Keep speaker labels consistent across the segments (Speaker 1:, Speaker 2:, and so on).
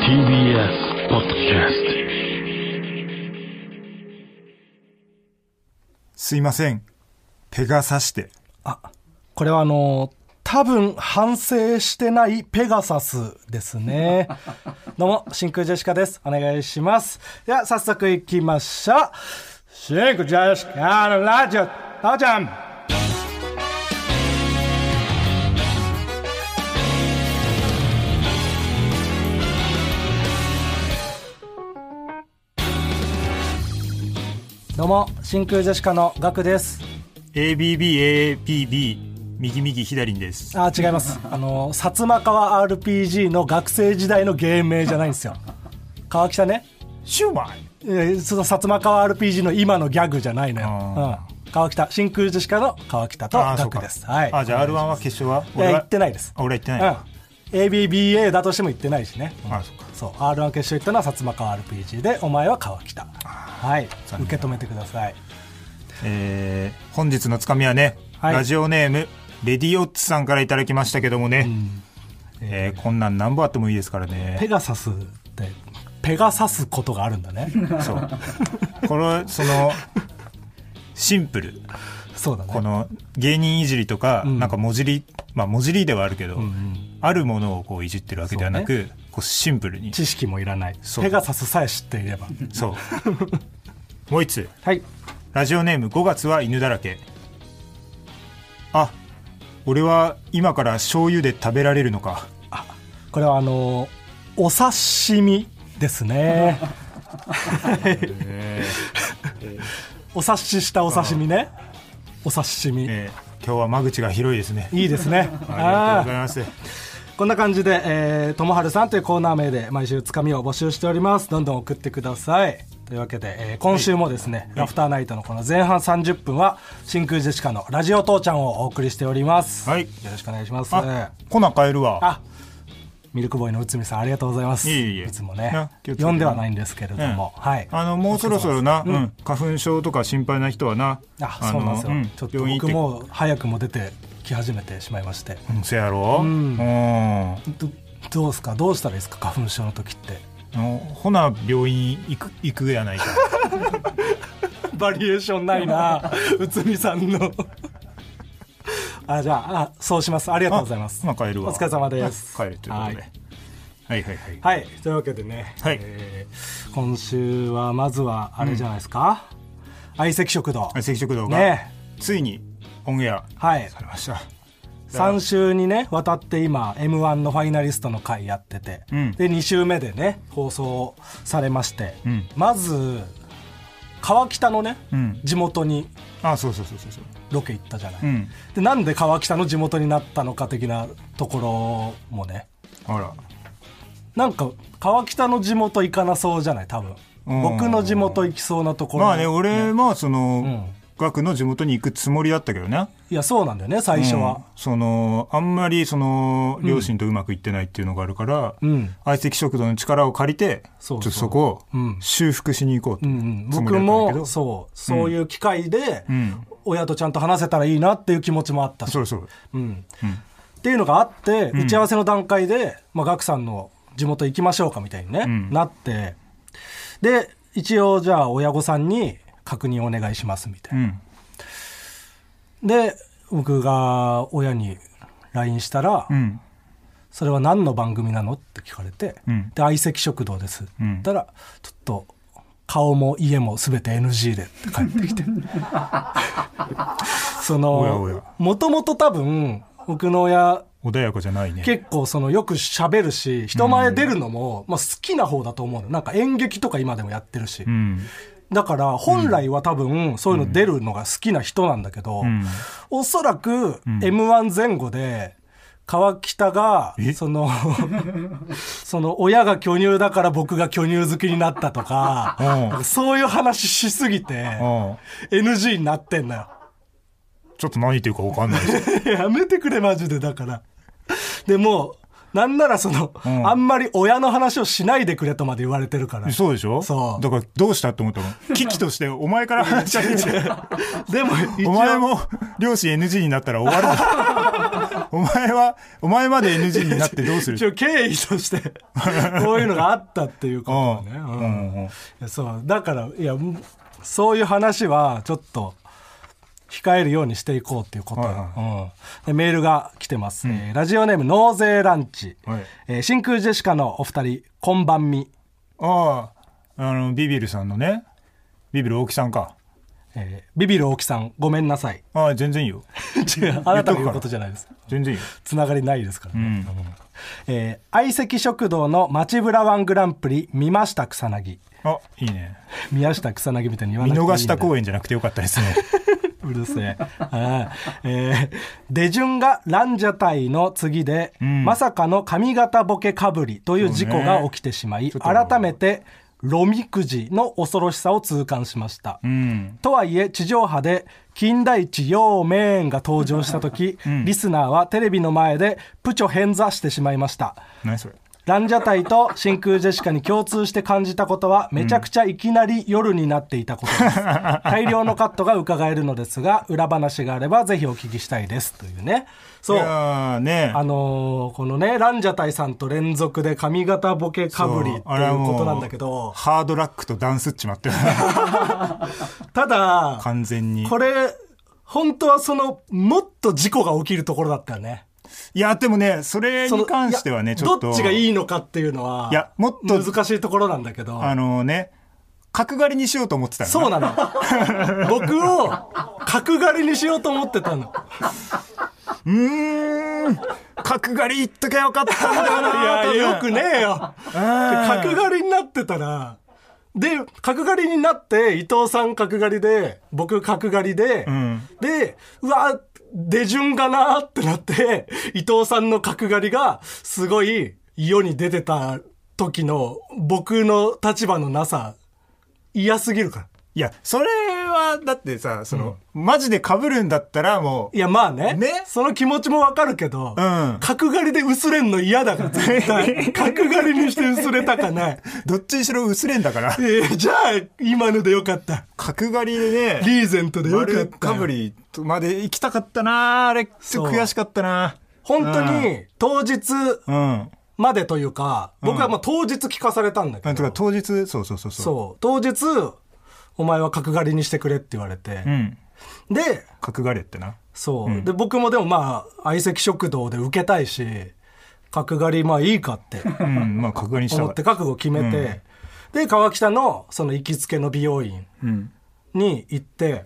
Speaker 1: TBS ポッドキャス
Speaker 2: すいません。ペガサして。
Speaker 3: これはあの多分反省してないペガサスですねどうも真空ジェシカですお願いしますでは早速いきましょう真空ジェシカのラジオ父ちゃんどうも真空ジェシカのガクです
Speaker 2: ABBAAPB、右右左にです。
Speaker 3: あ違いますあの薩摩川 RPG の学生時代の芸名じゃないんですよ川北ね
Speaker 2: シューマイ
Speaker 3: いやその薩摩川 RPG の今のギャグじゃないのよ
Speaker 2: あ、
Speaker 3: うん、川北真空ジェシカの川北と
Speaker 2: あー、そう
Speaker 3: 学
Speaker 2: か。
Speaker 3: ですはい
Speaker 2: あ、じゃあ R1 は決勝はい
Speaker 3: や
Speaker 2: は
Speaker 3: 言ってないです
Speaker 2: あ、俺は言って
Speaker 3: う
Speaker 2: なんいか。
Speaker 3: ABBA だとしても言ってないしね、
Speaker 2: あ、そうか。
Speaker 3: そう R1 決勝行ったのは薩摩川 RPG でお前は川北はい
Speaker 2: 残念
Speaker 3: 受け止めてください
Speaker 2: えー、本日のつかみはね、
Speaker 3: はい
Speaker 2: ラジオネーム、レディオッツさんからいただきましたけどもね、えー、こんなん何本あってもいいですから
Speaker 3: ペ
Speaker 2: ね。
Speaker 3: ガサスってペガサすことがあるん だね
Speaker 2: そう。この、その、シンプル。
Speaker 3: そうだね
Speaker 2: この芸人いじりとか、
Speaker 3: ん
Speaker 2: なんかもじり、まあもじりではあるけど、あるものをこういじってるわけではなく、こうシンプルに。
Speaker 3: 知識もいらない
Speaker 2: そう
Speaker 3: ペガサスさえ知っていれば
Speaker 2: そう。もう一つ。
Speaker 3: はい
Speaker 2: ラジオネーム5月は犬だらけ。あ、俺は今から醤油で食べられるのか。
Speaker 3: これはあのお刺身で すねお察ししたお刺身ねお刺身、
Speaker 2: えー今日は間口が広いですね。
Speaker 3: いいですね
Speaker 2: ありがとう
Speaker 3: あ
Speaker 2: ございます。
Speaker 3: ーこんな感じで「えーともはるさん」というコーナー名で毎週つかみを募集しておりますどんどん送ってくださいというわけで、えー今週もですね、ラフターナイトのこの前半30分は真空ジェシカの「ラジオ父ちゃん」をお送りしております、
Speaker 2: はい
Speaker 3: よろしくお願いします
Speaker 2: あ、粉買えるわ。
Speaker 3: あミルクボーイの内海さんありがとうございます
Speaker 2: いえいえ
Speaker 3: つも
Speaker 2: いや
Speaker 3: ね
Speaker 2: 気をつけて
Speaker 3: 読んではないんですけれども、
Speaker 2: うん
Speaker 3: はい
Speaker 2: あのもうそろそろな、うん花粉症とか心配な人はな
Speaker 3: あ
Speaker 2: の
Speaker 3: そうなんですよ、
Speaker 2: うん
Speaker 3: ちょっと
Speaker 2: 病院行っ
Speaker 3: 僕
Speaker 2: て
Speaker 3: もう早くも出てき始めてしまいまして
Speaker 2: うんせやろうん
Speaker 3: どどうですかどうしたらいいですか花粉症の時って
Speaker 2: あのほな病院行く行くやない か
Speaker 3: バリエーションない な内海さんの あじゃああそうしますありがとうございます
Speaker 2: まあ帰るわ
Speaker 3: お疲れ様です
Speaker 2: 帰るということで、
Speaker 3: は
Speaker 2: は
Speaker 3: い
Speaker 2: い、はいはい
Speaker 3: はいというわけでね、
Speaker 2: はい
Speaker 3: えー今週はまずはあれじゃないですか相、席食堂
Speaker 2: 赤食堂が、
Speaker 3: ね
Speaker 2: ついにオンエア
Speaker 3: はい
Speaker 2: されました
Speaker 3: 3週にねわたって今 m 1のファイナリストの回やってて、
Speaker 2: うん
Speaker 3: で2週目でね放送されまして、
Speaker 2: うん
Speaker 3: まず川北のね、
Speaker 2: うん
Speaker 3: 地元に
Speaker 2: あそうそうそうそうそう
Speaker 3: ロケ行ったじゃない、
Speaker 2: うん
Speaker 3: でなんで川北の地元になったのか的なところもね
Speaker 2: あら
Speaker 3: なんか川北の地元行かなそうじゃない多分
Speaker 2: うん
Speaker 3: 僕の地元行きそうなところ
Speaker 2: まあね俺まあその、
Speaker 3: ん
Speaker 2: 学の地元に行くつもりだったけどね
Speaker 3: いやそうなんだよね最初
Speaker 2: うん
Speaker 3: は、
Speaker 2: そのあんまりその両親とうまくいってないっていうのがあるから
Speaker 3: うん
Speaker 2: 相席、食堂の力を借りて
Speaker 3: そうそう
Speaker 2: ちょっとそこ
Speaker 3: う
Speaker 2: を
Speaker 3: ん
Speaker 2: 修復しに行こうと、
Speaker 3: うんうん
Speaker 2: つも
Speaker 3: 僕
Speaker 2: りだったんだけど
Speaker 3: もそうそういう機会で、
Speaker 2: ん
Speaker 3: 親とちゃんと話せたらいいなっていう気持ちもあったし
Speaker 2: そうそう
Speaker 3: うんっていうのがあって、打ち合わせの段階で、まあ、ガクさんの地元行きましょうかみたいに、ね
Speaker 2: ん
Speaker 3: なってで一応じゃあ親御さんに確認お願いしますみた
Speaker 2: う
Speaker 3: いな、
Speaker 2: ん
Speaker 3: で僕が親に LINE したら、
Speaker 2: うん
Speaker 3: それは何の番組なのって聞かれて、
Speaker 2: うん
Speaker 3: で相席食堂です、
Speaker 2: ん
Speaker 3: 言ったらちょっと顔も家も全て NG でって帰ってき てそ
Speaker 2: おやおや
Speaker 3: のもともと多分僕の親
Speaker 2: 穏やかじゃないね
Speaker 3: 結構そのよく喋るし人前出るのも、まあ、好きな方だと思うのなんか演劇とか今でもやってるし、
Speaker 2: うん
Speaker 3: だから本来は多分そういうの出るのが好きな人なんだけど、
Speaker 2: ん
Speaker 3: おそらく m 1前後で川北が
Speaker 2: え
Speaker 3: その その親が巨乳だから僕が巨乳好きになったとか
Speaker 2: うん
Speaker 3: なんかそういう話しすぎて
Speaker 2: ああ
Speaker 3: NG になってんのよ。
Speaker 2: ちょっと何言ってるか分かんないです
Speaker 3: やめてくれマジでだからでもなんならその、
Speaker 2: ん
Speaker 3: あんまり親の話をしないでくれとまで言われてるか ら。
Speaker 2: そうでしょ
Speaker 3: そう
Speaker 2: だからどうしたと思ったの危機としてお前から話しかけて
Speaker 3: でも、一応
Speaker 2: お前も両親 NG になったら終わる ぞお前はお前まで NG になってどうす る
Speaker 3: 一応経緯として こういうのがあったっていうことだね、うん
Speaker 2: うんうん
Speaker 3: いやそうだからいやうんそういう話はちょっと控えるようにしていこうっていうこと、
Speaker 2: はいは
Speaker 3: うん、でメールが来てます、えーラジオネーム納税ランチ、
Speaker 2: はい
Speaker 3: えー真空ジェシカのお二人こんばんみ、
Speaker 2: あああのビビるさんのねビビる大木さんか
Speaker 3: えービビる大木さんごめんな さい
Speaker 2: ああ全然いいよ
Speaker 3: 違うあなたの言うことじゃないです
Speaker 2: 全然いいよ
Speaker 3: つながりないですからね、うんえー相席食堂の街ブラワングランプリ見ました草薙
Speaker 2: あいいね
Speaker 3: 宮下草薙みたいに言わ
Speaker 2: 見
Speaker 3: なくていいんだ
Speaker 2: 逃した公演じゃなくてよかったです ね
Speaker 3: うるせ え。はいえー出順がランジャタイの次で、まさかの髪型ボケかぶりという事故が起きてしまい、
Speaker 2: そうねちょっと
Speaker 3: 改めてロミくじの恐ろしさを痛感しました。
Speaker 2: うん
Speaker 3: とはいえ地上波で金田一陽明が登場した時、リスナーはテレビの前でプチョ変座してしまいました。
Speaker 2: 何それ
Speaker 3: ランジャタイと真空ジェシカに共通して感じたことは、めちゃくちゃいきなり夜になっていたことです。 大量のカットが伺えるのですが、裏話があればぜひお聞きしたいです。というね。そう。
Speaker 2: い
Speaker 3: あ
Speaker 2: やーね
Speaker 3: のーこのね、ランジャタイさんと連続で髪型ボケかぶりっていう
Speaker 2: あれはも
Speaker 3: ことなんだけど、
Speaker 2: ハードラックとダンスっちまって る
Speaker 3: ただ、
Speaker 2: 完全に
Speaker 3: これ、本当はその、もっと事故が起きるところだったよね。
Speaker 2: いやでもねそれ
Speaker 3: その
Speaker 2: に関してはね
Speaker 3: いや
Speaker 2: ちょっと
Speaker 3: どっちがいいのかっていうのは、
Speaker 2: いやもっと
Speaker 3: 難しいところなんだけど。
Speaker 2: あのね角刈りにしようと思ってたの
Speaker 3: そうなの。 僕を角刈りにしようと思ってたの。
Speaker 2: うーん角刈り言っときゃよかったんだよ
Speaker 3: い
Speaker 2: な
Speaker 3: や、
Speaker 2: 多分
Speaker 3: よくねえよ。で角刈りになってたら、で、角刈りになって、伊藤さん角刈りで、僕角刈りで、
Speaker 2: ん
Speaker 3: で、うわ、出順がなーってなって、伊藤さんの角刈りが、すごい、世に出てた時の、僕の立場のなさ、嫌すぎるから。
Speaker 2: いやそれはだってさその、マジで被るんだったらもう
Speaker 3: いや、まあね。
Speaker 2: ね
Speaker 3: その気持ちもわかるけど、
Speaker 2: うん
Speaker 3: 角刈りで薄れんの嫌 だから、絶対。角刈りにして薄れたかない。
Speaker 2: どっちにしろ薄れんだから
Speaker 3: えーじゃあ、今のでよかった。
Speaker 2: 角刈りでね
Speaker 3: リーゼントでよかっ
Speaker 2: 丸
Speaker 3: た
Speaker 2: か
Speaker 3: よ。
Speaker 2: ぶりまで行きたかったなあれちょっと悔しかったな
Speaker 3: 本当に、当日
Speaker 2: うん
Speaker 3: までというか、僕はまあ当日聞かされたんだけ
Speaker 2: なんと
Speaker 3: ど、
Speaker 2: か当日そうそうそうそう
Speaker 3: そう、当日、お前は角刈りにしてくれって言われて、
Speaker 2: ん
Speaker 3: で、
Speaker 2: 角刈りってな
Speaker 3: そう、で、僕もでもまあ、相席食堂で受けたいし、角刈りまあいいかって。
Speaker 2: うんまあ角刈りにした
Speaker 3: 思
Speaker 2: か
Speaker 3: っ
Speaker 2: ってた
Speaker 3: 覚悟決めて、で川北のその行きつけの美容院
Speaker 2: うん
Speaker 3: に行って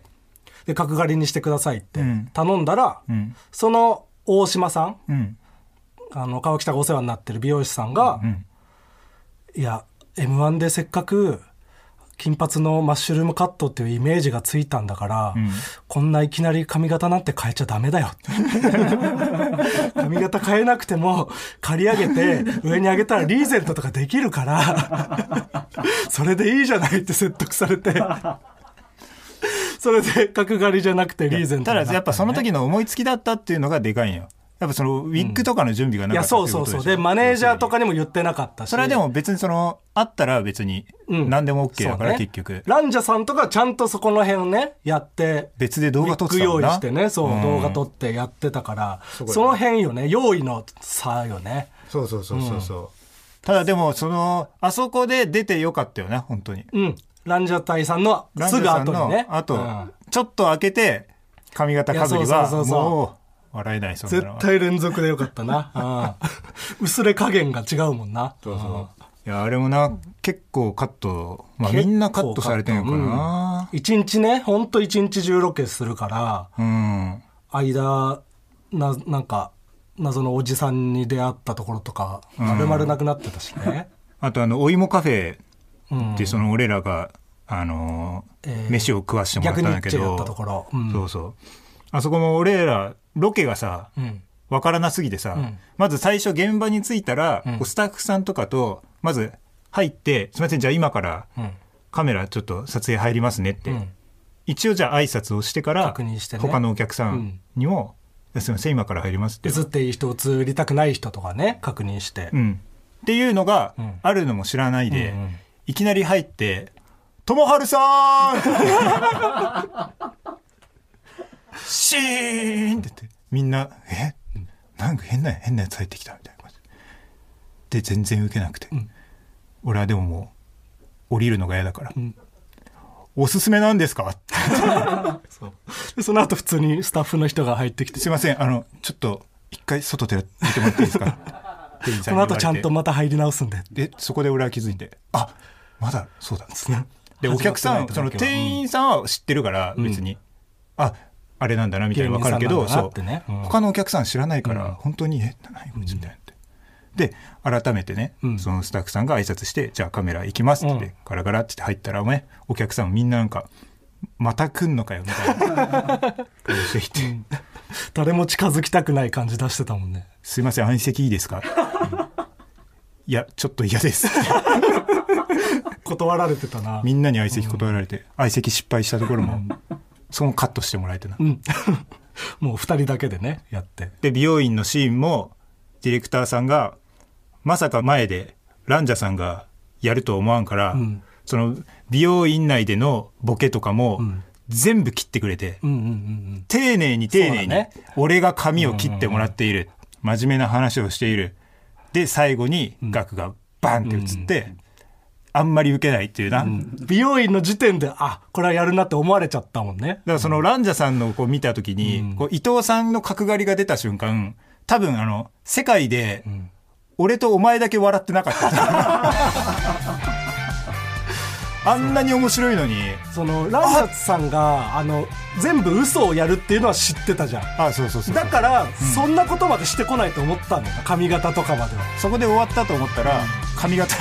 Speaker 3: で角刈りにしてくださいって
Speaker 2: うん
Speaker 3: 頼んだら、
Speaker 2: うん
Speaker 3: その大島さん
Speaker 2: うん
Speaker 3: あの川北がお世話になってる美容師さんが「
Speaker 2: ん
Speaker 3: いや m 1でせっかく金髪のマッシュルームカットっていうイメージがついたんだから、こんないきなり髪型なんて変えちゃダメだよ」 髪型変えなくても刈り上げて上に上げたらリーゼントとかできるから それでいいじゃないって説得されて それで角刈りじゃなくてリーゼント
Speaker 2: た
Speaker 3: に
Speaker 2: だ
Speaker 3: なった
Speaker 2: やっぱその時の思いつきだったっていうのがでかいんよやっぱそのウィッグとかの準備が
Speaker 3: い
Speaker 2: なか
Speaker 3: や
Speaker 2: ったってい
Speaker 3: そ
Speaker 2: ううこ
Speaker 3: そ
Speaker 2: とで
Speaker 3: う
Speaker 2: し
Speaker 3: そ
Speaker 2: ょ
Speaker 3: うでマネージャーとかにも言ってなかったし
Speaker 2: それはでも別にそのあったら別に何でも OK だから、
Speaker 3: そうね
Speaker 2: 結局
Speaker 3: ランジャさんとかちゃんとそこの辺をねやって
Speaker 2: 別で動画撮ってたも
Speaker 3: ミ
Speaker 2: ん
Speaker 3: ック
Speaker 2: な
Speaker 3: 用意してねそう、
Speaker 2: うん
Speaker 3: 動画撮ってやってたからそ
Speaker 2: ごいね
Speaker 3: の辺よね用意の差よね
Speaker 2: そうそうそうそうそう、ただでもそのあそこで出てよかったよな本当に
Speaker 3: うんランジャタイさんの
Speaker 2: ランジ
Speaker 3: す
Speaker 2: ャ
Speaker 3: ぐ
Speaker 2: さん
Speaker 3: 後
Speaker 2: の
Speaker 3: にね
Speaker 2: あと、
Speaker 3: うん
Speaker 2: ちょっと開けて髪型かぶり
Speaker 3: いや
Speaker 2: は
Speaker 3: そうそうそうそう
Speaker 2: もう笑えないそんな
Speaker 3: 絶
Speaker 2: のは
Speaker 3: 対連続でよかったな、うん、 薄れ加減が違うもんな
Speaker 2: そうそういやあれもな結構カット、まあ、みんなカットされてんのかな
Speaker 3: 一、日ねほんと一日中ロケするから
Speaker 2: うん、
Speaker 3: 間ななんか謎のおじさんに出会ったところとか丸々なくなってたしね、
Speaker 2: あとあのお芋カフェ
Speaker 3: うん
Speaker 2: でその俺らが、あのー
Speaker 3: えー
Speaker 2: 飯を食わしてもらった
Speaker 3: 逆
Speaker 2: ん
Speaker 3: に
Speaker 2: だけ
Speaker 3: 一致だ
Speaker 2: ど
Speaker 3: ったところ、うん
Speaker 2: そうそうあそこも俺らロケがさ
Speaker 3: うん
Speaker 2: わからなすぎてさ、
Speaker 3: ん
Speaker 2: まず最初現場に着いたら、こうスタッフさんとかとまず入って「すみませんじゃあ今から
Speaker 3: うん
Speaker 2: カメラちょっと撮影入りますね」って、
Speaker 3: うん
Speaker 2: 一応じゃあ挨拶をしてから
Speaker 3: 確認してね
Speaker 2: 他のお客さんにも、すいません今から入りますって
Speaker 3: 映っていい人映りたくない人とかね確認して、
Speaker 2: うん、っていうのが
Speaker 3: ん
Speaker 2: あるのも知らないで、
Speaker 3: うんうん
Speaker 2: いきなり入って「ともはるさーん! 」シーンって言ってみんな「えなんか変な変なやつ入ってきた」みたいな感じで全然ウケなくて、俺はでももう降りるのが嫌だから「
Speaker 3: ん
Speaker 2: おすすめなんですか?」って
Speaker 3: そうでその後普通にスタッフの人が入ってきて
Speaker 2: すいません、あの、ちょっと、一回外で出てもらっていいですか店員さ
Speaker 3: そ
Speaker 2: んに言
Speaker 3: の
Speaker 2: われ
Speaker 3: 後
Speaker 2: て
Speaker 3: ちゃんとまた入り直すんで
Speaker 2: で、そこで俺は気づいて、あ、まだ、そうだ。
Speaker 3: すね
Speaker 2: で、お客さん、その店
Speaker 3: 員
Speaker 2: 員さんは知ってるから、別に、あ、あれなんだな、みたいなわかるけ
Speaker 3: 芸
Speaker 2: ど、
Speaker 3: 人さん
Speaker 2: そ
Speaker 3: な
Speaker 2: う
Speaker 3: んだなってねうん。
Speaker 2: 他のお客さん知らないか
Speaker 3: うん
Speaker 2: ら、本当に、え、何こいつみたいなって。で、改めてね
Speaker 3: う、ん
Speaker 2: そのスタッフさんが挨拶して、じゃあカメラ行きますって言っ
Speaker 3: うん
Speaker 2: て、ガラガラって入ったら、お前、お客さんみんななんか、また来んのかよ、みたいな。 顔してきて。
Speaker 3: 誰も近づきたくない感じ出してたもんね
Speaker 2: すいません、相席いいですかいや、ちょっと嫌です。
Speaker 3: 断られてたな
Speaker 2: みんなに相席断られて、相席失敗したところも、そのカットしてもらえてな。
Speaker 3: うん もう二人だけでねやって
Speaker 2: で、美容院のシーンも、ディレクターさんが、まさか前で、ランジャさんがやると思わんから、
Speaker 3: ん
Speaker 2: その、美容院内でのボケとかも、
Speaker 3: ん
Speaker 2: 全部切ってくれて、
Speaker 3: うんうんうん
Speaker 2: 丁寧に丁寧
Speaker 3: そう
Speaker 2: に、
Speaker 3: だね
Speaker 2: 俺が髪を切ってもらっている、真面目な話をしているで最後に額がバンって映って、あんまり受けないっていうな、だ
Speaker 3: うん美容院の時点であこれはやるなって思われちゃったもんね
Speaker 2: からそのランジャさんのこう見た時に、
Speaker 3: うん
Speaker 2: こう伊藤さんの角刈りが出た瞬間多分あの世界で俺とお前だけ笑ってなか った、あんなに面白いのに
Speaker 3: そのランサツさんがあの全部嘘をやるっていうのは知ってたじゃん
Speaker 2: あそうそうそうそう
Speaker 3: だから、そんなことまでしてこないと思ったんだよな髪型とかまでは
Speaker 2: そこで終わったと思ったら髪型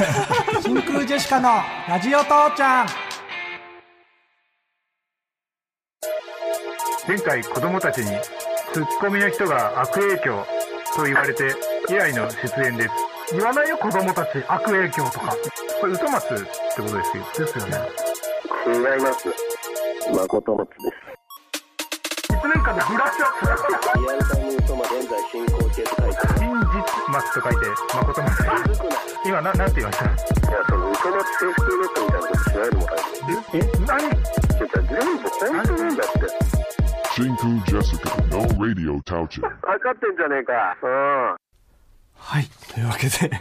Speaker 3: 真空ジェシカのラジオ父ちゃん
Speaker 2: 前回子供たちにツッコミの人が悪影響と言われて以来の出演です言わないよ子供たち悪影響とかこれ嘘松ってことですよですよね
Speaker 4: 違います。誠松です。
Speaker 2: 1年間でブラッシュアップ
Speaker 4: リアルタイムトマ現在進行形と書いてある。
Speaker 2: 真実松と書いて誠松今ななんて言いました
Speaker 4: いや、その、ウトマセーフティーネットみたいなことしないでもらえ
Speaker 2: え
Speaker 4: る。
Speaker 2: 何
Speaker 4: ちょ、じゃあ全部本当なんだって。
Speaker 5: Shinku Jessica, no radio touching.
Speaker 4: 分かってんじゃねえか。うん。
Speaker 3: はい。というわけで、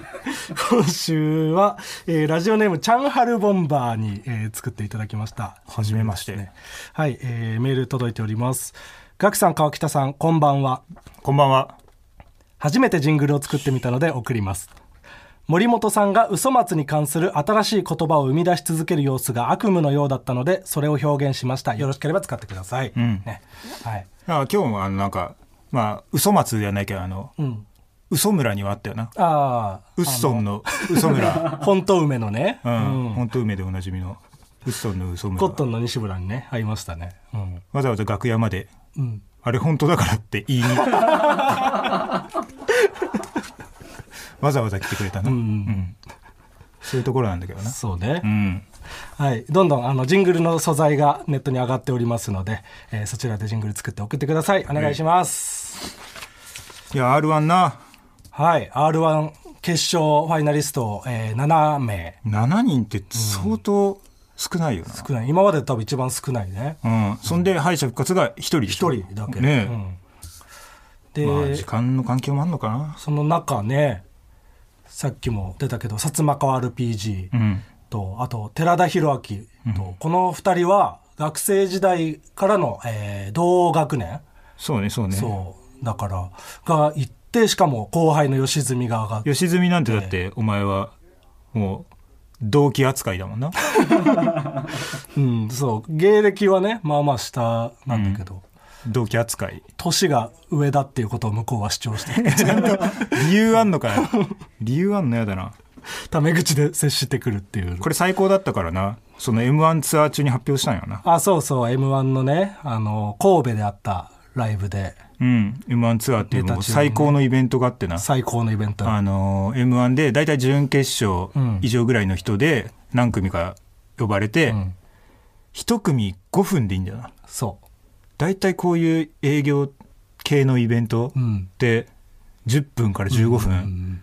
Speaker 3: 今週は、えーラジオネーム、チャンハルボンバーに、えー作っていただきました。
Speaker 2: はじめまして
Speaker 3: ねはい、えーメール届いております。ガクさん、川北さん、こんばんは。
Speaker 2: こんばんは
Speaker 3: 初めてジングルを作ってみたので送ります。森本さんが嘘松に関する新しい言葉を生み出し続ける様子が悪夢のようだったので、それを表現しました。よろしければ使ってください。
Speaker 2: ん
Speaker 3: ね。はい。
Speaker 2: あ今日もあのなんかまあ嘘松ではないけどあの、
Speaker 3: ん
Speaker 2: 嘘村にはあったよな
Speaker 3: あ
Speaker 2: ウッソンの嘘村
Speaker 3: あ、本当梅のね。
Speaker 2: うん、本当梅でおなじみのウッソンの嘘村
Speaker 3: コットンの西村にね、会いましたね。うん。
Speaker 2: わざわざ楽屋まで、
Speaker 3: ん
Speaker 2: あれ本当だからって言いにわざわざ来てくれたな、うんそういうところなんだけどな、
Speaker 3: そうね。
Speaker 2: うん、
Speaker 3: はい、どんどんあのジングルの素材がネットに上がっておりますので、えーそちらでジングル作って送ってくださいお願いします、
Speaker 2: いや r 1な
Speaker 3: はい、r 1決勝ファイナリスト、えー7名
Speaker 2: 7人って相当少ないよな、
Speaker 3: 少ない今まで多分一番少ないね
Speaker 2: うんそんで敗者復活が1人でしょ
Speaker 3: 1人だけ
Speaker 2: ね
Speaker 3: で、
Speaker 2: えまあ時間の関係もあんのかな
Speaker 3: その中ねさっきも出たけど薩摩川 RPG
Speaker 2: うん
Speaker 3: と、あと寺田裕明と、この2人は学生時代からの、えー同学年、
Speaker 2: そうねそうね
Speaker 3: そうだからが行ってしかも後輩の吉住が上がって
Speaker 2: 吉住なんてだってお前はもう同期扱いだもん な
Speaker 3: うん、そう芸歴はねまあまあ下なんだけど、
Speaker 2: 同期扱い
Speaker 3: 年が上だっていうことを向こうは主張して
Speaker 2: 理由あんのか よ理由あんのやだな
Speaker 3: タメ口で接してくるっていう
Speaker 2: これ最高だったからなその m 1ツアー中に発表したんよな
Speaker 3: あそうそう m 1のねあの神戸であったライブで
Speaker 2: うん m 1ツアーっていうもう最高のイベントがあってな、
Speaker 3: 最高のイベント
Speaker 2: あの m 1で大体準決勝
Speaker 3: うん
Speaker 2: 以上ぐらいの人で何組か呼ばれて、
Speaker 3: ん
Speaker 2: 一1組5分でいいんだよな
Speaker 3: そ
Speaker 2: 大体こういう営業系のイベント
Speaker 3: うん
Speaker 2: って10分から15分、
Speaker 3: うん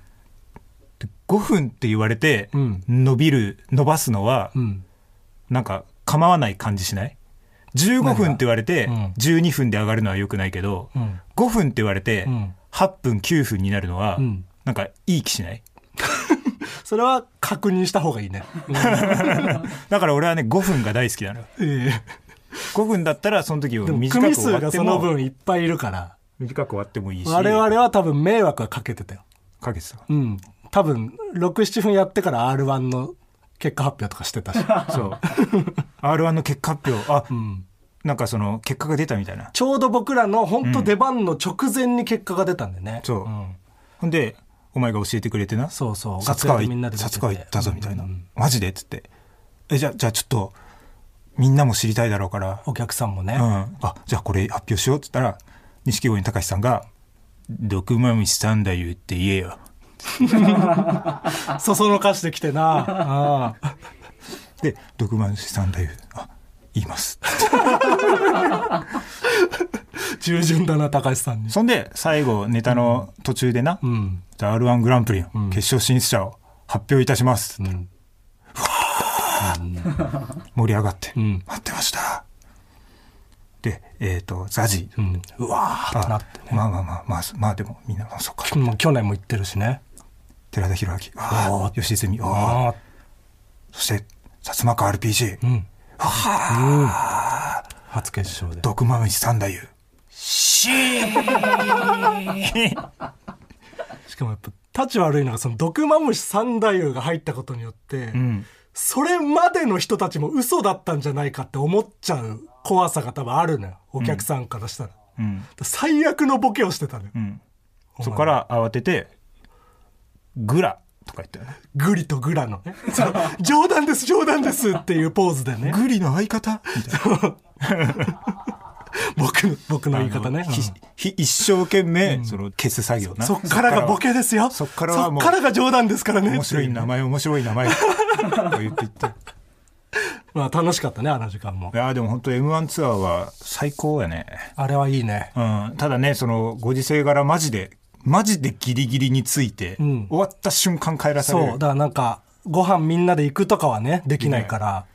Speaker 2: で5分って言われて
Speaker 3: うん
Speaker 2: 伸びる伸ばすのは
Speaker 3: うん
Speaker 2: なんか構わない感じしない15分って言われて
Speaker 3: うん
Speaker 2: 12分で上がるのは良くないけど、
Speaker 3: うん
Speaker 2: 5分って言われて
Speaker 3: うん
Speaker 2: 8分9分になるのは
Speaker 3: うん
Speaker 2: なんかいい気しない
Speaker 3: それは確認した方がい いね
Speaker 2: だから俺はね5分が大好きなのよ
Speaker 3: え
Speaker 2: 5分だったらその時を
Speaker 3: えでも
Speaker 2: 短く
Speaker 3: 組
Speaker 2: 終
Speaker 3: 数
Speaker 2: わ
Speaker 3: が
Speaker 2: って
Speaker 3: その
Speaker 2: も
Speaker 3: 分いっぱいいるから
Speaker 2: 短く終わってもいいし
Speaker 3: 我々は多分迷惑はかけてたよ
Speaker 2: かけてたか
Speaker 3: うん多分67分やってから r 1の結果発表と かしてたし、
Speaker 2: らそう r 1の結果発表あ、
Speaker 3: うん、
Speaker 2: なんかその結果が出たみたいな
Speaker 3: ちょうど僕らの本当出番の直前に結果が出たんだよね、
Speaker 2: そう、
Speaker 3: ん
Speaker 2: ほんでお前が教えてくれてな
Speaker 3: そうそう
Speaker 2: 薩川
Speaker 3: 楽屋で
Speaker 2: い
Speaker 3: みんなで見てて
Speaker 2: 薩川行ったぞみたいな、
Speaker 3: うんうん
Speaker 2: マジでっつってえじゃあじゃあちょっとみんなも知りたいだろうから、
Speaker 3: お客さんもね、
Speaker 2: うん、あじゃあこれ発表しようっつったら錦鯉の隆さんが「毒まみしさんだゆって言えよ
Speaker 3: そそのかしてき てなああ」
Speaker 2: で「毒まみしさんだゆあ言い ます」
Speaker 3: 従順だな高橋さんに
Speaker 2: そんで最後ネタの途中でな「
Speaker 3: うん、
Speaker 2: r 1グランプリ」の決勝進出者を発表いたしますっつ
Speaker 3: う
Speaker 2: って、
Speaker 3: ん、
Speaker 2: 盛り上がって、
Speaker 3: うん
Speaker 2: 待ってましたでえっ、とザジ、
Speaker 3: うんうわーってなってね
Speaker 2: まあまあまあまあまあでもみんなあそうか
Speaker 3: もう去年も言ってるしね
Speaker 2: 寺田裕明ああ吉住ああ
Speaker 3: あ
Speaker 2: そして薩摩川 RPG
Speaker 3: あうんうん、初決勝で
Speaker 2: 毒まみ三太夫
Speaker 3: しかもやっぱタチ悪いのがその毒マムシ三太夫が入ったことによって、
Speaker 2: うん
Speaker 3: それまでの人たちも嘘だったんじゃないかって思っちゃう怖さが多分あるのよお客さんからしたら,、
Speaker 2: うん
Speaker 3: 最悪のボケをしてたのよ、
Speaker 2: うんそこから慌ててグラとか言ったよね
Speaker 3: グリとグラのねそう冗談です冗談ですっていうポーズでね
Speaker 2: グリの相方みたい
Speaker 3: 僕の僕の言い方
Speaker 2: な
Speaker 3: ね、
Speaker 2: ひひ一生懸命その消す作業な
Speaker 3: そっからがボケですよ
Speaker 2: そっからはもう
Speaker 3: そっからが冗談ですからね
Speaker 2: 面白い名前面白い名 前とか言っていって
Speaker 3: まあ楽しかったねあの時間も
Speaker 2: いやーでも本当 m 1ツアーは最高やね
Speaker 3: あれはいいね
Speaker 2: うん、ただねそのご時世柄マジでマジでギリギリについて、
Speaker 3: ん
Speaker 2: 終わった瞬間帰らさ
Speaker 3: そう
Speaker 2: れ
Speaker 3: だ
Speaker 2: る
Speaker 3: からなんかご飯みんなで行くとかはねできないから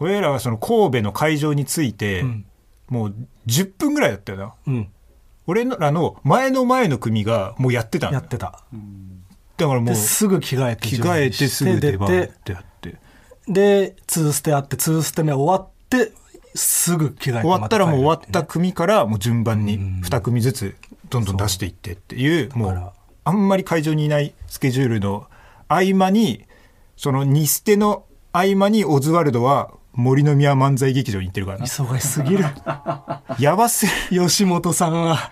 Speaker 2: 俺らはその神戸の会場について、もう10分ぐらいだったよな
Speaker 3: うん
Speaker 2: 俺らの前の前の組がもうやってたんだ
Speaker 3: や
Speaker 2: よ
Speaker 3: ってた
Speaker 2: だからもう
Speaker 3: ですぐ着替えて
Speaker 2: 着替えてすぐ出
Speaker 3: 準
Speaker 2: 番
Speaker 3: 備
Speaker 2: っ
Speaker 3: して
Speaker 2: てやって
Speaker 3: で2ステあって2ステ目終わってすぐ着替えて
Speaker 2: 終わったらもう終わ
Speaker 3: ま
Speaker 2: ったた組からもう順番に2組ずつどんどん出していってっていうも
Speaker 3: だから
Speaker 2: うあんまり会場にいないスケジュールの合間にその2捨ての合間にオズワルドは森の宮漫才劇場に行ってるからな
Speaker 3: 帰ってね忙しすぎる
Speaker 2: やばすぎ
Speaker 3: 吉本さんは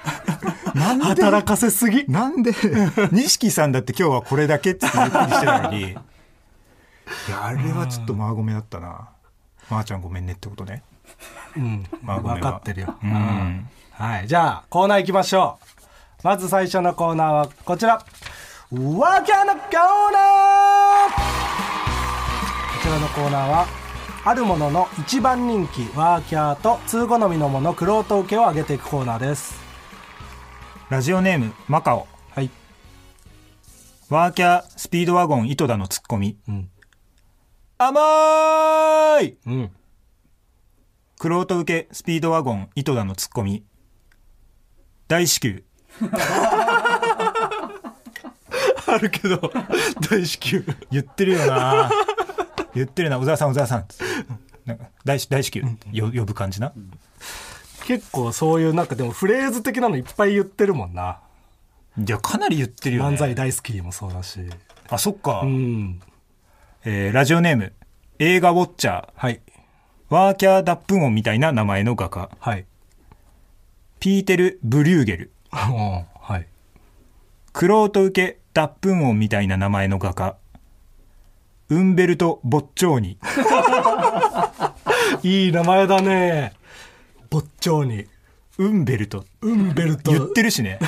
Speaker 2: なんで
Speaker 3: 働かせすぎ
Speaker 2: なんで 錦さんだって今日はこれだけって言ってしてたのにいやあれはちょっとマーごめだったなまー、ちゃんごめんねってことね
Speaker 3: うん
Speaker 2: まあごめん
Speaker 3: 分かってるよ
Speaker 2: うん
Speaker 3: はい、じゃあコーナー行きましょう。まず最初のコーナーはこちら。ワーキャーのコーナーこちらのコーナーは、あるものの一番人気、ワーキャーと通好みのもの、クロート受けを上げていくコーナーです。
Speaker 2: ラジオネームマカオ
Speaker 3: はい。
Speaker 2: ワーキャースピードワゴン井戸田のツッコミ、
Speaker 3: うん
Speaker 2: 甘ーい
Speaker 3: うん。
Speaker 2: クロート受けスピードワゴン井戸田のツッコミ大至急
Speaker 3: あるけど、大至急。
Speaker 2: 言ってるよな言ってるな小沢さん小沢さんなんか大至大至急、よ呼ぶ感じな、
Speaker 3: 結構そういうなんかでもフレーズ的なのいっぱい言ってるもんな。
Speaker 2: いやかなり言ってるよね
Speaker 3: 漫才大好きもそうだし。
Speaker 2: あそっか、
Speaker 3: うん。
Speaker 2: えーラジオネーム映画ウォッチャー
Speaker 3: はい。
Speaker 2: ワーキャー脱粉音みたいな名前の画家
Speaker 3: はい。
Speaker 2: ピーテル・ブリューゲル
Speaker 3: うん。はい。
Speaker 2: クロート受け脱粉音みたいな名前の画家ウンベルト・ボッチョーニ
Speaker 3: いい名前だね。ぼっちょうに。
Speaker 2: ウンベルト
Speaker 3: ウンベルト。
Speaker 2: 言ってるしね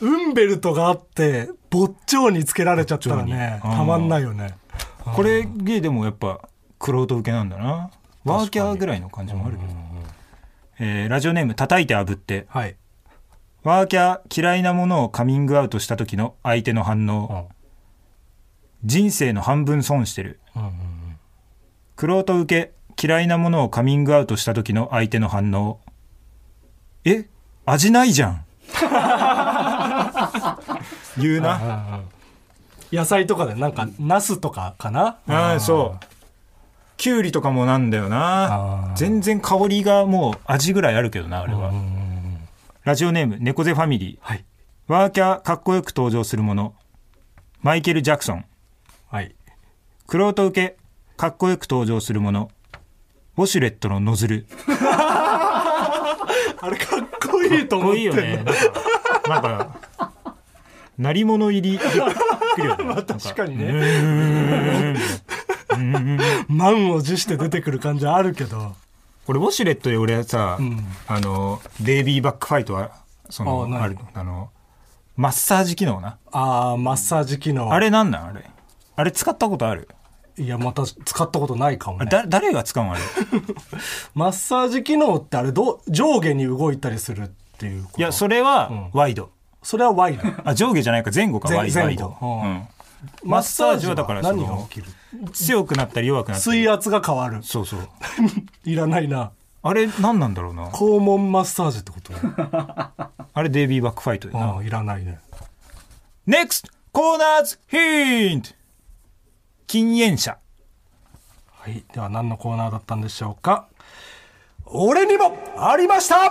Speaker 3: ウンベルトがあって、ぼっちょうにつけられちゃった
Speaker 2: ぼ
Speaker 3: らね、
Speaker 2: っちょうに
Speaker 3: たまんないよね。
Speaker 2: これゲでもやっぱクロート受けなんだなワーキャーぐらいの感じもあるけど、えーラジオネーム叩いて炙って
Speaker 3: はい。
Speaker 2: ワーキャー嫌いなものをカミングアウトした時の相手の反応、人生の半分損してる、
Speaker 3: うんうん
Speaker 2: クロート受け嫌いなものをカミングアウトした時の相手の反応え味ないじゃ ん言うな
Speaker 3: 野菜とかでなんかナスとかかな
Speaker 2: ああそうきゅうりとかもなんだよな
Speaker 3: あー
Speaker 2: 全然香りがもう味ぐらいあるけどなあれは、ラジオネーム猫背ファミリー
Speaker 3: はい
Speaker 2: ワーキャーかっこよく登場するものマイケル・ジャクソン
Speaker 3: はい
Speaker 2: クロート受けかっこよく登場するものウォシュレットのノズル
Speaker 3: あれかっこいいと
Speaker 2: かっ
Speaker 3: 思っ
Speaker 2: こ
Speaker 3: て
Speaker 2: いいよね
Speaker 3: んの
Speaker 2: なんか鳴り物入 りくるよね、
Speaker 3: 確かにね 満を持して出てくる感じあるけど
Speaker 2: 俺ウォシュレットで俺さ、あのデイビーバックファイトはそ
Speaker 3: あ
Speaker 2: の
Speaker 3: 何
Speaker 2: あるあのマッサージ機能な
Speaker 3: ああマッサージ機能
Speaker 2: あれなんなんあれあれ使ったことある
Speaker 3: いやまた使ったことないかも
Speaker 2: あれ
Speaker 3: ね
Speaker 2: だ誰が使うんあ れ
Speaker 3: マッサージ機能ってあれどう上下に動いたりするっていうこと
Speaker 2: いやそれはワイド、
Speaker 3: それはワイド
Speaker 2: あ上下じゃないか前後か
Speaker 3: 前
Speaker 2: ワイ
Speaker 3: 前後
Speaker 2: ワイド、
Speaker 3: うん
Speaker 2: うんマッサージはだからそ
Speaker 3: 何が
Speaker 2: の
Speaker 3: 起きる
Speaker 2: 強くなったり弱くなったり
Speaker 3: 水圧が変わる
Speaker 2: そうそう
Speaker 3: いらないな
Speaker 2: あれ何なんだろうな
Speaker 3: 肛門マッサージってこと
Speaker 2: あれデイビーバックファイトでな
Speaker 3: うんいらないね
Speaker 2: NEXT コーナーズヒント禁煙者
Speaker 3: はいでは何のコーナーだったんでしょうか俺にもありましたはい、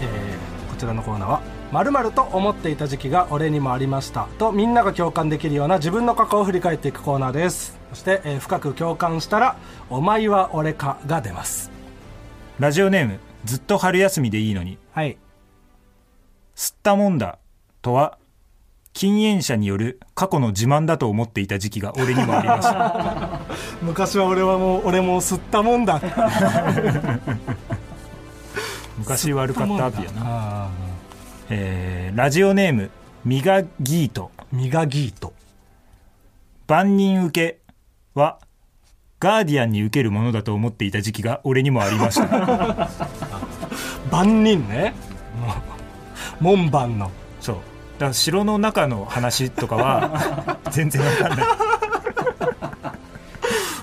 Speaker 3: えーこちらのコーナーは「まると思っていた時期が俺にもありました」とみんなが共感できるような自分の過去を振り返っていくコーナーですそして、えー深く共感したら「お前は俺か」が出ます
Speaker 2: ラジオネームずっと春休みでいいのに
Speaker 3: はい
Speaker 2: 吸ったもんだとは禁煙者による過去の自慢だと思っていた時期が俺にもありま した
Speaker 3: 昔は俺はもう俺も吸ったもんだ
Speaker 2: 昔悪かったアピやな、
Speaker 3: な
Speaker 2: えーラジオネームミガギート
Speaker 3: ミガギート
Speaker 2: 万人受けはガーディアンに受けるものだと思っていた時期が俺にもありました
Speaker 3: 万人ねもう門番の
Speaker 2: そうだから城の中の話とか は全然わかんない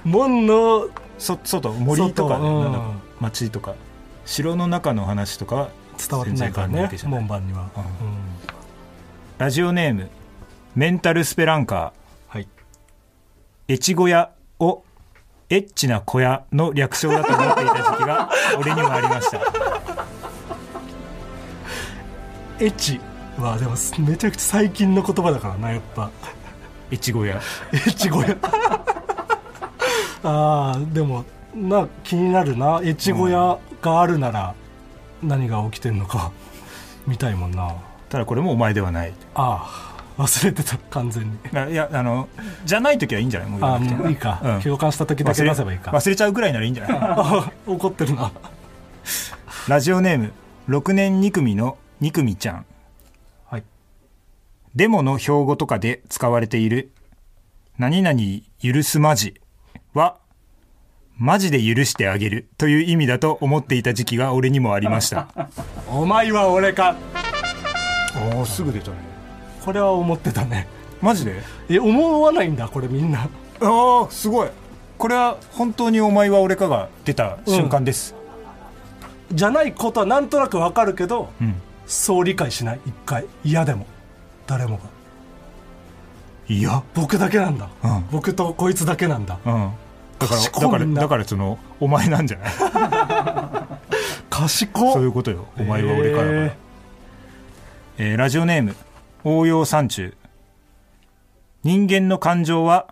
Speaker 3: 門の
Speaker 2: そ外森とか、ね
Speaker 3: 外うん
Speaker 2: なんだろう町とか城の中の話とかは
Speaker 3: 伝わってないか
Speaker 2: 全然関
Speaker 3: ら
Speaker 2: 係
Speaker 3: ね
Speaker 2: ないじゃない
Speaker 3: 門番には、うん
Speaker 2: ラジオネームメンタルスペランカ
Speaker 3: はい
Speaker 2: ー越後屋をエッチな小屋の略称だと思っていた時期 が俺にもありました
Speaker 3: エッチはでもすめちゃくちゃ最近の言葉だからなやっぱ
Speaker 2: 越後屋
Speaker 3: エッチ小屋 あーでもな気になるなエッチ小屋があるなら何が起きてんのか 見たいもんな
Speaker 2: ただこれもお前ではない
Speaker 3: ああ忘れてた完全に
Speaker 2: あいやあのじゃない時はいいんじゃないもう言
Speaker 3: あ
Speaker 2: わ
Speaker 3: あ
Speaker 2: なくて
Speaker 3: もういいか、
Speaker 2: うん
Speaker 3: 共感した時だけ
Speaker 2: れ
Speaker 3: 出せばいいか
Speaker 2: 忘れちゃうぐらいならいいんじゃない
Speaker 3: あー 怒ってるな
Speaker 2: ラジオネーム6年2組の2組ちゃん
Speaker 3: はい
Speaker 2: デモの標語とかで使われている「何々許すマジ」は「マジで許してあげる」という意味だと思っていた時期が俺にもありました
Speaker 3: お前は俺か
Speaker 2: おおすぐ出たね
Speaker 3: これは思ってたね
Speaker 2: マジで
Speaker 3: え思わないんだこれみんな
Speaker 2: ああすごいこれは本当にお前は俺かが出た瞬間です、
Speaker 3: じゃないことはなんとなくわかるけど、
Speaker 2: ん
Speaker 3: そう理解しない一回嫌でも誰もが
Speaker 2: いや
Speaker 3: 僕だけなんだ、
Speaker 2: うん
Speaker 3: 僕とこいつだけなんだ
Speaker 2: うんだからだ
Speaker 3: 賢
Speaker 2: か
Speaker 3: い
Speaker 2: ら
Speaker 3: んだ
Speaker 2: だからそのお前なんじゃない
Speaker 3: 賢
Speaker 2: そういう
Speaker 3: っ
Speaker 2: ことよお前は俺かだから、えーラジオネーム応用山中人間の感情は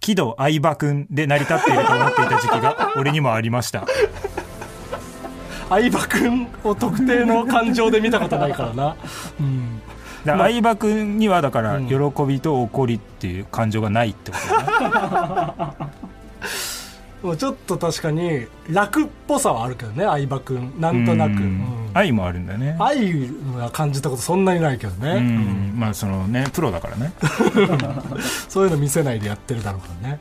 Speaker 2: 喜怒哀馬くんで成り立っていると思っていた時期が俺にもありました
Speaker 3: 相葉君を特定の感情で見たことないからな、 うん、
Speaker 2: だ相馬くんにはだから
Speaker 3: ん
Speaker 2: 喜びと怒りっていう感情がないってことだね、
Speaker 3: もうちょっと確かに楽っぽさはあるけどね相葉君なんとなく、
Speaker 2: うん
Speaker 3: うん
Speaker 2: 愛もあるんだね
Speaker 3: 愛は感じたことそんなにないけどね、
Speaker 2: うん、まあそのねプロだからね
Speaker 3: そういうの見せないでやってるだろうからね、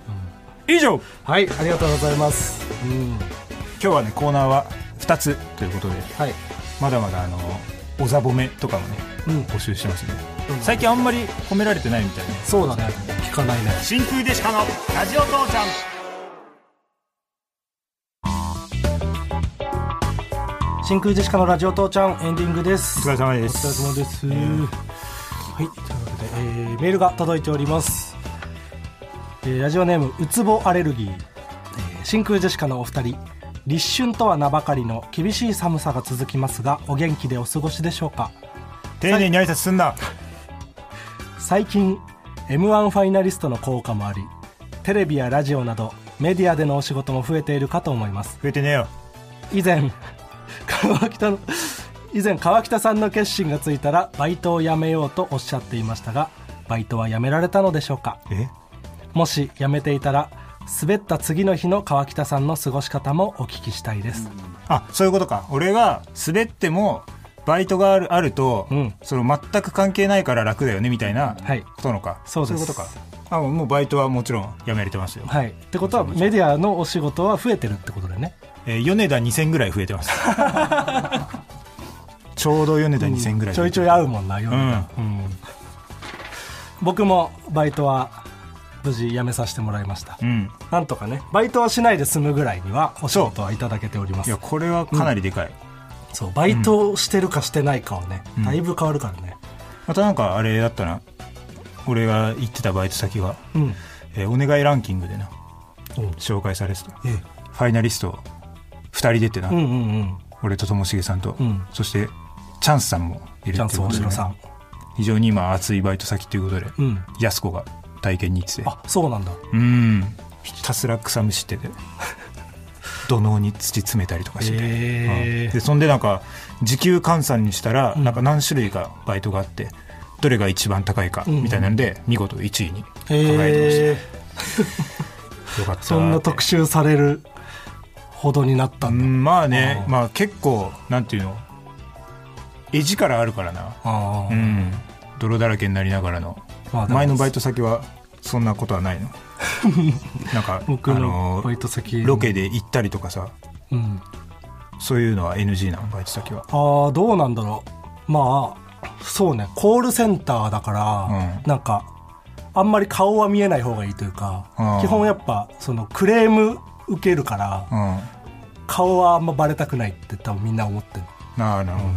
Speaker 3: うん
Speaker 2: 以上
Speaker 3: はいありがとうございます、うん、
Speaker 2: 今日はねコーナーは2つということで
Speaker 3: はい
Speaker 2: 「まだまだあのおざ褒めとかもね、
Speaker 3: うん
Speaker 2: 募集してますね最近あんまり褒められてないみたいな
Speaker 3: そうだね聞かないね
Speaker 2: 真空ジェシカのラジオ父ちゃん
Speaker 3: 真空ジェシカのラジオ父ちゃんエンディングです
Speaker 2: お疲れ様で
Speaker 3: お疲れ
Speaker 2: す
Speaker 3: 様です、はいということで、えーメールが届いております、えーラジオネームうつぼアレルギー、えー真空ジェシカのお二人立春とは名ばかりの厳しい寒さが続きますがお元気でお過ごしでしょうか
Speaker 2: 丁寧に挨拶すんな
Speaker 3: 最近 m 1ファイナリストの効果もありテレビやラジオなどメディアでのお仕事も増えているかと思います
Speaker 2: 増えてねえよ
Speaker 3: 以前 川北の以前川北さんの決心がついたらバイトを辞めようとおっしゃっていましたがバイトは辞められたのでしょうか
Speaker 2: え
Speaker 3: もし辞めていたら滑った次の日の川北さんの過ごし方もお聞きしたいです、
Speaker 2: あそういうことか俺は滑ってもバイトがあるあると、
Speaker 3: うん
Speaker 2: その全く関係ないから楽だよねみたいな
Speaker 3: はい
Speaker 2: ことなのか、
Speaker 3: そうです
Speaker 2: いうことかあもうバイトはもちろんやめれてますよ、
Speaker 3: はいってことはメディアのお仕事は増えてるってことだよね
Speaker 2: えー米田2000ぐらい増え てますちょうど米田2000ぐらい、
Speaker 3: ちょいちょい
Speaker 2: あ
Speaker 3: 会うもんなよ、
Speaker 2: うん
Speaker 3: うん僕もバイトは無事辞めさせてもらいました、
Speaker 2: うん
Speaker 3: なんとかねバイトはしないで済むぐらいにはお仕事はいただけておりま
Speaker 2: い
Speaker 3: す
Speaker 2: やこれはかなりでかい、
Speaker 3: そうバイトをしてるかしてないかはね、
Speaker 2: ん
Speaker 3: だいぶ変わるからね
Speaker 2: またなんかあれだったな俺が行ってたバイト先が、
Speaker 3: うん、
Speaker 2: えーお願いランキングでな
Speaker 3: うん
Speaker 2: 紹介されてた
Speaker 3: え
Speaker 2: ファイナリスト2人出てな、
Speaker 3: うんうんうん
Speaker 2: 俺とともしげさんと、
Speaker 3: うん
Speaker 2: そしてチャンスさんもいるって
Speaker 3: チャンス
Speaker 2: こと
Speaker 3: 大
Speaker 2: でね
Speaker 3: 城さん
Speaker 2: 非常に今熱いバイト先ということで、
Speaker 3: うん
Speaker 2: やす子が体験に行ってて
Speaker 3: あそうなんだ
Speaker 2: うんひたすら草むしってて 土のうに土詰めたりとかしてて、
Speaker 3: へー
Speaker 2: うんでそんでなんか時給換算にしたらなんか何種類かバイトがあってどれが一番高いかみたいなので、見事1位に輝いてました、
Speaker 3: え
Speaker 2: よかった
Speaker 3: そんな特集されるほどになった
Speaker 2: うん
Speaker 3: だ、
Speaker 2: んまあね
Speaker 3: うん
Speaker 2: まあ結構なんていうの絵力あるからな
Speaker 3: あ
Speaker 2: う
Speaker 3: あ
Speaker 2: ん泥だらけになりながらの
Speaker 3: まあでも
Speaker 2: 前のバイト先はそんなことはない のなんか
Speaker 3: 僕
Speaker 2: あ
Speaker 3: の
Speaker 2: の
Speaker 3: バイト先、
Speaker 2: ロケで行ったりとかさ
Speaker 3: うん
Speaker 2: そういうのは NG なのバイト先は
Speaker 3: ああどうなんだろうまあそうねコールセンターだから、
Speaker 2: う
Speaker 3: なんかあんまり顔は見えない方がいいというか、
Speaker 2: うん
Speaker 3: 基本やっぱそのクレーム受けるから、
Speaker 2: うんあ
Speaker 3: 顔はあんまバレたくないって多分みんな思ってる
Speaker 2: あなるほどね、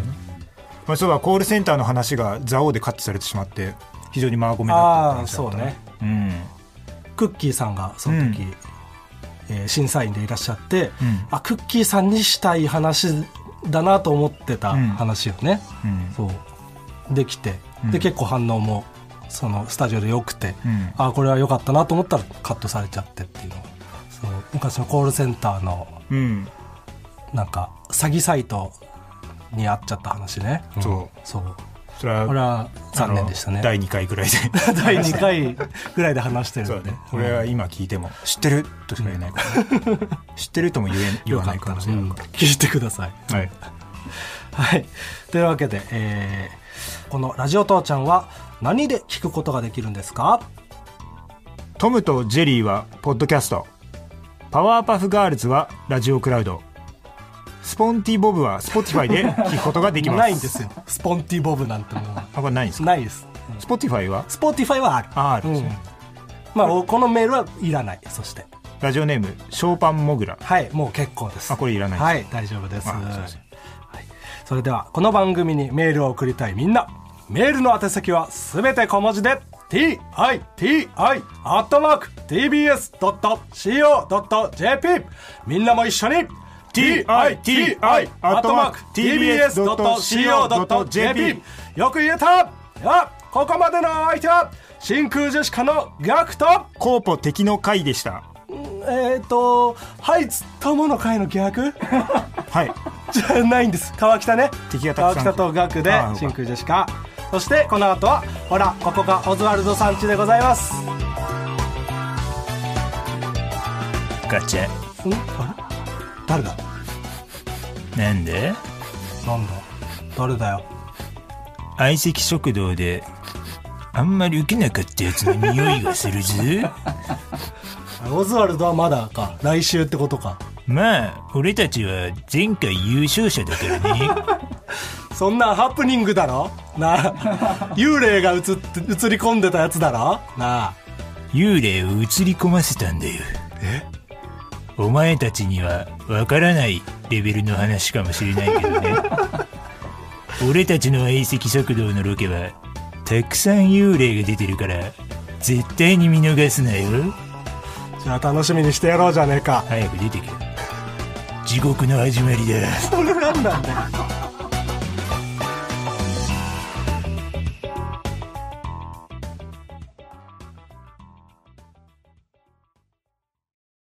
Speaker 2: まあ、そうだコールセンターの話が蔵王でカットされてしまって非常にマーゴメだったって
Speaker 3: ああ
Speaker 2: 話だ
Speaker 3: そ
Speaker 2: っ
Speaker 3: う
Speaker 2: た
Speaker 3: ね
Speaker 2: うん
Speaker 3: クッキーさんがその時、
Speaker 2: うん
Speaker 3: えー審査員でいらっしゃって、
Speaker 2: うん
Speaker 3: あクッキーさんにしたい話だなと思ってた
Speaker 2: うん
Speaker 3: 話をね、
Speaker 2: うん
Speaker 3: そうできて、
Speaker 2: う
Speaker 3: で
Speaker 2: ん
Speaker 3: 結構反応もそのスタジオで良くて、
Speaker 2: うん
Speaker 3: あこれは良かったなと思ったらカットされちゃってっていうのがそう昔のコールセンターの
Speaker 2: うん
Speaker 3: なんか詐欺サイトにあっちゃった話ね、ん
Speaker 2: そう
Speaker 3: そう
Speaker 2: それは
Speaker 3: これは残念でした
Speaker 2: あ
Speaker 3: ね
Speaker 2: の第2回ぐらいで
Speaker 3: 第2回ぐらいで話してる
Speaker 2: そ
Speaker 3: ん
Speaker 2: う
Speaker 3: で、
Speaker 2: ね俺は今聞いても知ってるとしか言えないから、 知ってるとも言え言
Speaker 3: よ
Speaker 2: わ
Speaker 3: か
Speaker 2: ない
Speaker 3: っ
Speaker 2: か
Speaker 3: た
Speaker 2: も
Speaker 3: ら、
Speaker 2: し
Speaker 3: う
Speaker 2: れない
Speaker 3: ん
Speaker 2: か
Speaker 3: 聞いてください。
Speaker 2: ら、はい
Speaker 3: はい、というわけで、えーこの「ラジオ父ちゃん」は何で聞くことができるんですか
Speaker 2: トムとジェリーはポッドキャストパワーパフガールズはラジオクラウドスポンティボブは Spotify で聞くことができます
Speaker 3: ないんですよスポンティボブなんても
Speaker 2: あこれないんです
Speaker 3: う
Speaker 2: か
Speaker 3: ないです
Speaker 2: Spotify は
Speaker 3: スポーティファイはある
Speaker 2: ああるんですね
Speaker 3: うんまあおこのメールはいらないそして
Speaker 2: ラジオネームショーパンモグラ
Speaker 3: はいもう結構です
Speaker 2: あこれいらない
Speaker 3: はい大丈夫です
Speaker 2: あすいません
Speaker 3: はい、それではこの番組にメールを送りたいみんなメールの宛先はすべて小文字で titi.tbs.co.jp みんなも一緒に titi.tbs.co.jp よく言えたではここまでのお相手は真空ジェシカのガクと
Speaker 2: コーポ敵の会でした
Speaker 3: えっ、ー、とハイツ友の会の逆
Speaker 2: はい
Speaker 3: じゃないんです川北ね
Speaker 2: 敵がたくさん
Speaker 3: 川北と学で
Speaker 2: ああ
Speaker 3: 真空ジェシカそしてこの後はほらここがオズワルドさん家でございますん
Speaker 2: ガチャ
Speaker 3: あれ誰だ
Speaker 2: なんで
Speaker 3: なんだ誰だよ
Speaker 2: 相席食堂であんまり受けなかったやつの匂いがするぜ
Speaker 3: オズワルドはまだか来週ってことか
Speaker 2: まあ俺たちは前回優勝者だからね
Speaker 3: そんなんハプニングだろなあ 幽霊が映って映り込んでたやつだろなあ
Speaker 2: 幽霊を映り込ませたんだよ
Speaker 3: え
Speaker 2: お前たちにはわからないレベルの話かもしれないけどね俺たちの相席食堂のロケはたくさん幽霊が出てるから絶対に見逃すなよ
Speaker 3: じゃあ楽しみにしてやろうじゃねえか
Speaker 2: 早く出てけ地獄の始まりだ
Speaker 3: それなんなんだよ